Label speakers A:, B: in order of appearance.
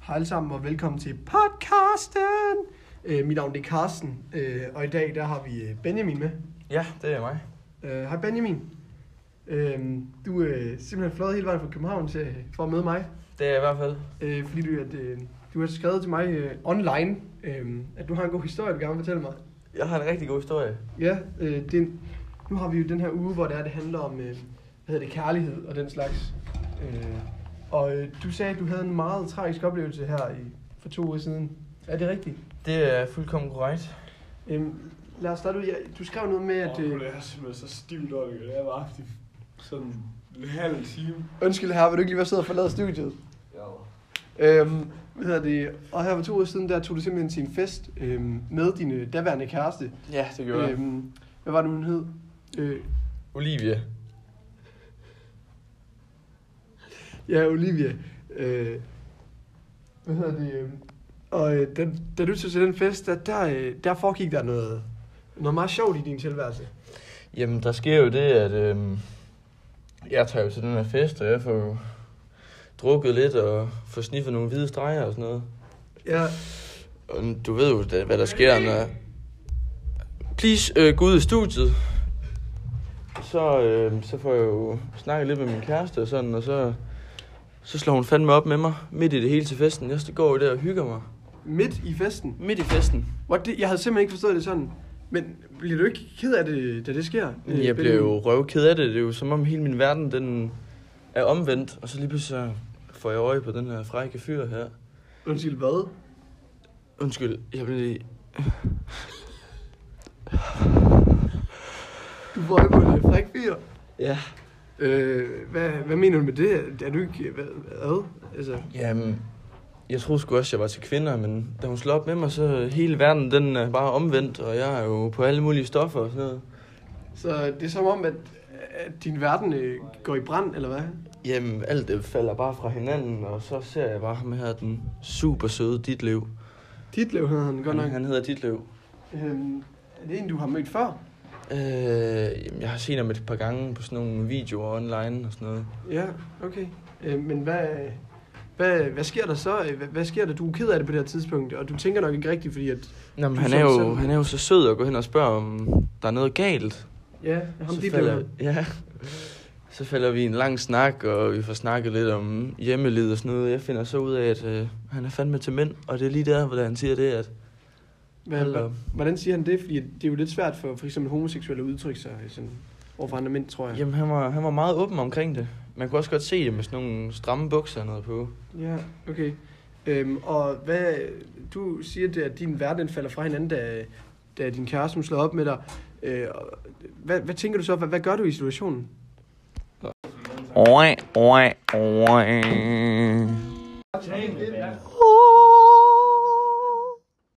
A: Hej alle sammen og velkommen til podcasten. Øh, mit navn det er Carsten, øh, og i dag der har vi øh, Benjamin med.
B: Ja, det er mig.
A: Øh, Hej Benjamin. Øh, du er øh, simpelthen fløjet hele vejen fra København til, for at møde mig,
B: Det er i hvert fald.
A: øh, fordi du, at, øh, du har skrevet til mig øh, online, øh, at du har en god historie, du gerne vil fortælle mig.
B: Jeg har en rigtig god historie.
A: Ja, øh, det, er en- nu har vi jo den her uge, hvor det, er, det handler om øh, hvad hedder det, kærlighed og den slags. Øh, og øh, du sagde, at du havde en meget tragisk oplevelse her i, for to uger siden. Er det rigtigt?
B: Det er fuldkommen korrekt.
A: Øhm, lad os starte ud. Jeg, du skrev noget med, at...
C: Åh,
A: Øh,
C: det er simpelthen så stivt op, det er bare haft i sådan en halv time.
A: Undskyld her, vil du ikke lige være sød og forlade studiet?
C: Ja.
A: Øhm, hvad hedder det? Og her for to uger siden, der tog du simpelthen til en fest øhm, med din øh, daværende kæreste.
B: Ja, det gjorde jeg.
A: Øhm, hvad var det, hun hed? Øh,
B: Olivia.
A: ja, Olivia. Øh, hvad hedder det? øhm, Og øh, da, da du tog til den fest, der, der, øh, der foregik der noget, noget meget sjovt i din tilværelse.
B: Jamen, der sker jo det, at øhm, jeg tager jo til den her fest, og jeg får jo drukket lidt og får sniffet nogle hvide streger og sådan noget.
A: Ja,
B: Og du ved jo, da- hvad der sker, når... Please, øh, gå ud i studiet. Så, øh, så får jeg jo snakket lidt med min kæreste og sådan, og så, så slår hun fandme op med mig midt i det hele til festen. Jeg står jo der og hygger mig.
A: midt i festen.
B: Midt i festen.
A: What, det, jeg havde simpelthen ikke forstået det sådan. Men bliver du ikke ked af det, da det sker? øh,
B: Jeg bliver
A: Benjamin?
B: jo røvked af det. Det er jo som om hele min verden den er omvendt. Og så lige pludselig så får jeg øje på den her frække fyr her.
A: Undskyld, hvad?
B: Undskyld, jeg blev lige...
A: Du får øje på en øh, fræk fyr.
B: Ja.
A: Øh, hvad, hvad mener du med det? Er du ikke... Hvad? hvad? Altså,
B: Jamen, jeg troede sgu også, jeg var til kvinder, men da hun slår op med mig, så er hele verden den er bare omvendt, og jeg er jo på alle mulige stoffer og sådan noget.
A: så det er som om, at, at din verden øh, går i brand, eller hvad?
B: Jamen, alt det falder bare fra hinanden, og så ser jeg bare ham her, den super søde Ditlev.
A: Dit liv hedder han godt
B: Han,
A: nok.
B: han hedder Ditlev.
A: Øhm, er det en, du har mødt før?
B: Øh, jamen, jeg har set ham et par gange på sådan nogle videoer online og sådan noget.
A: Ja, okay. Øh, men hvad, hvad, hvad sker der så? Øh, Hvad, hvad sker der? Du er ked af det på det her tidspunkt, og du tænker nok ikke rigtigt, fordi at...
B: Nå, men
A: Du
B: han
A: så
B: er,
A: det
B: jo,
A: selv.
B: han er jo så sød at gå hen og spørge, om der er noget galt.
A: Ja, ham
B: så,
A: det
B: falder,
A: blev...
B: ja, så falder vi i en lang snak, og vi får snakket lidt om hjemmelivet og sådan noget. Jeg finder så ud af, at øh, han er fandme til mænd, og det er lige der, hvor han siger det, at
A: Hvad,
B: Hold da
A: hvad,
B: op.
A: hvordan siger han det? Fordi det er jo lidt svært for for eksempel homoseksuelle at udtrykke sig øh, sådan, overfor andre mænd, tror jeg.
B: jamen, han, var, han var meget åben omkring det. Man kunne også godt se det med sådan nogle stramme bukser og noget på.
A: Ja, okay. Øhm, og hvad, du siger, det, at din verden falder fra hinanden, da, da din kæreste hun slår op med dig. Øh, og hvad, hvad tænker du så? Hvad, hvad gør du i situationen?
B: Oi, oi, oi.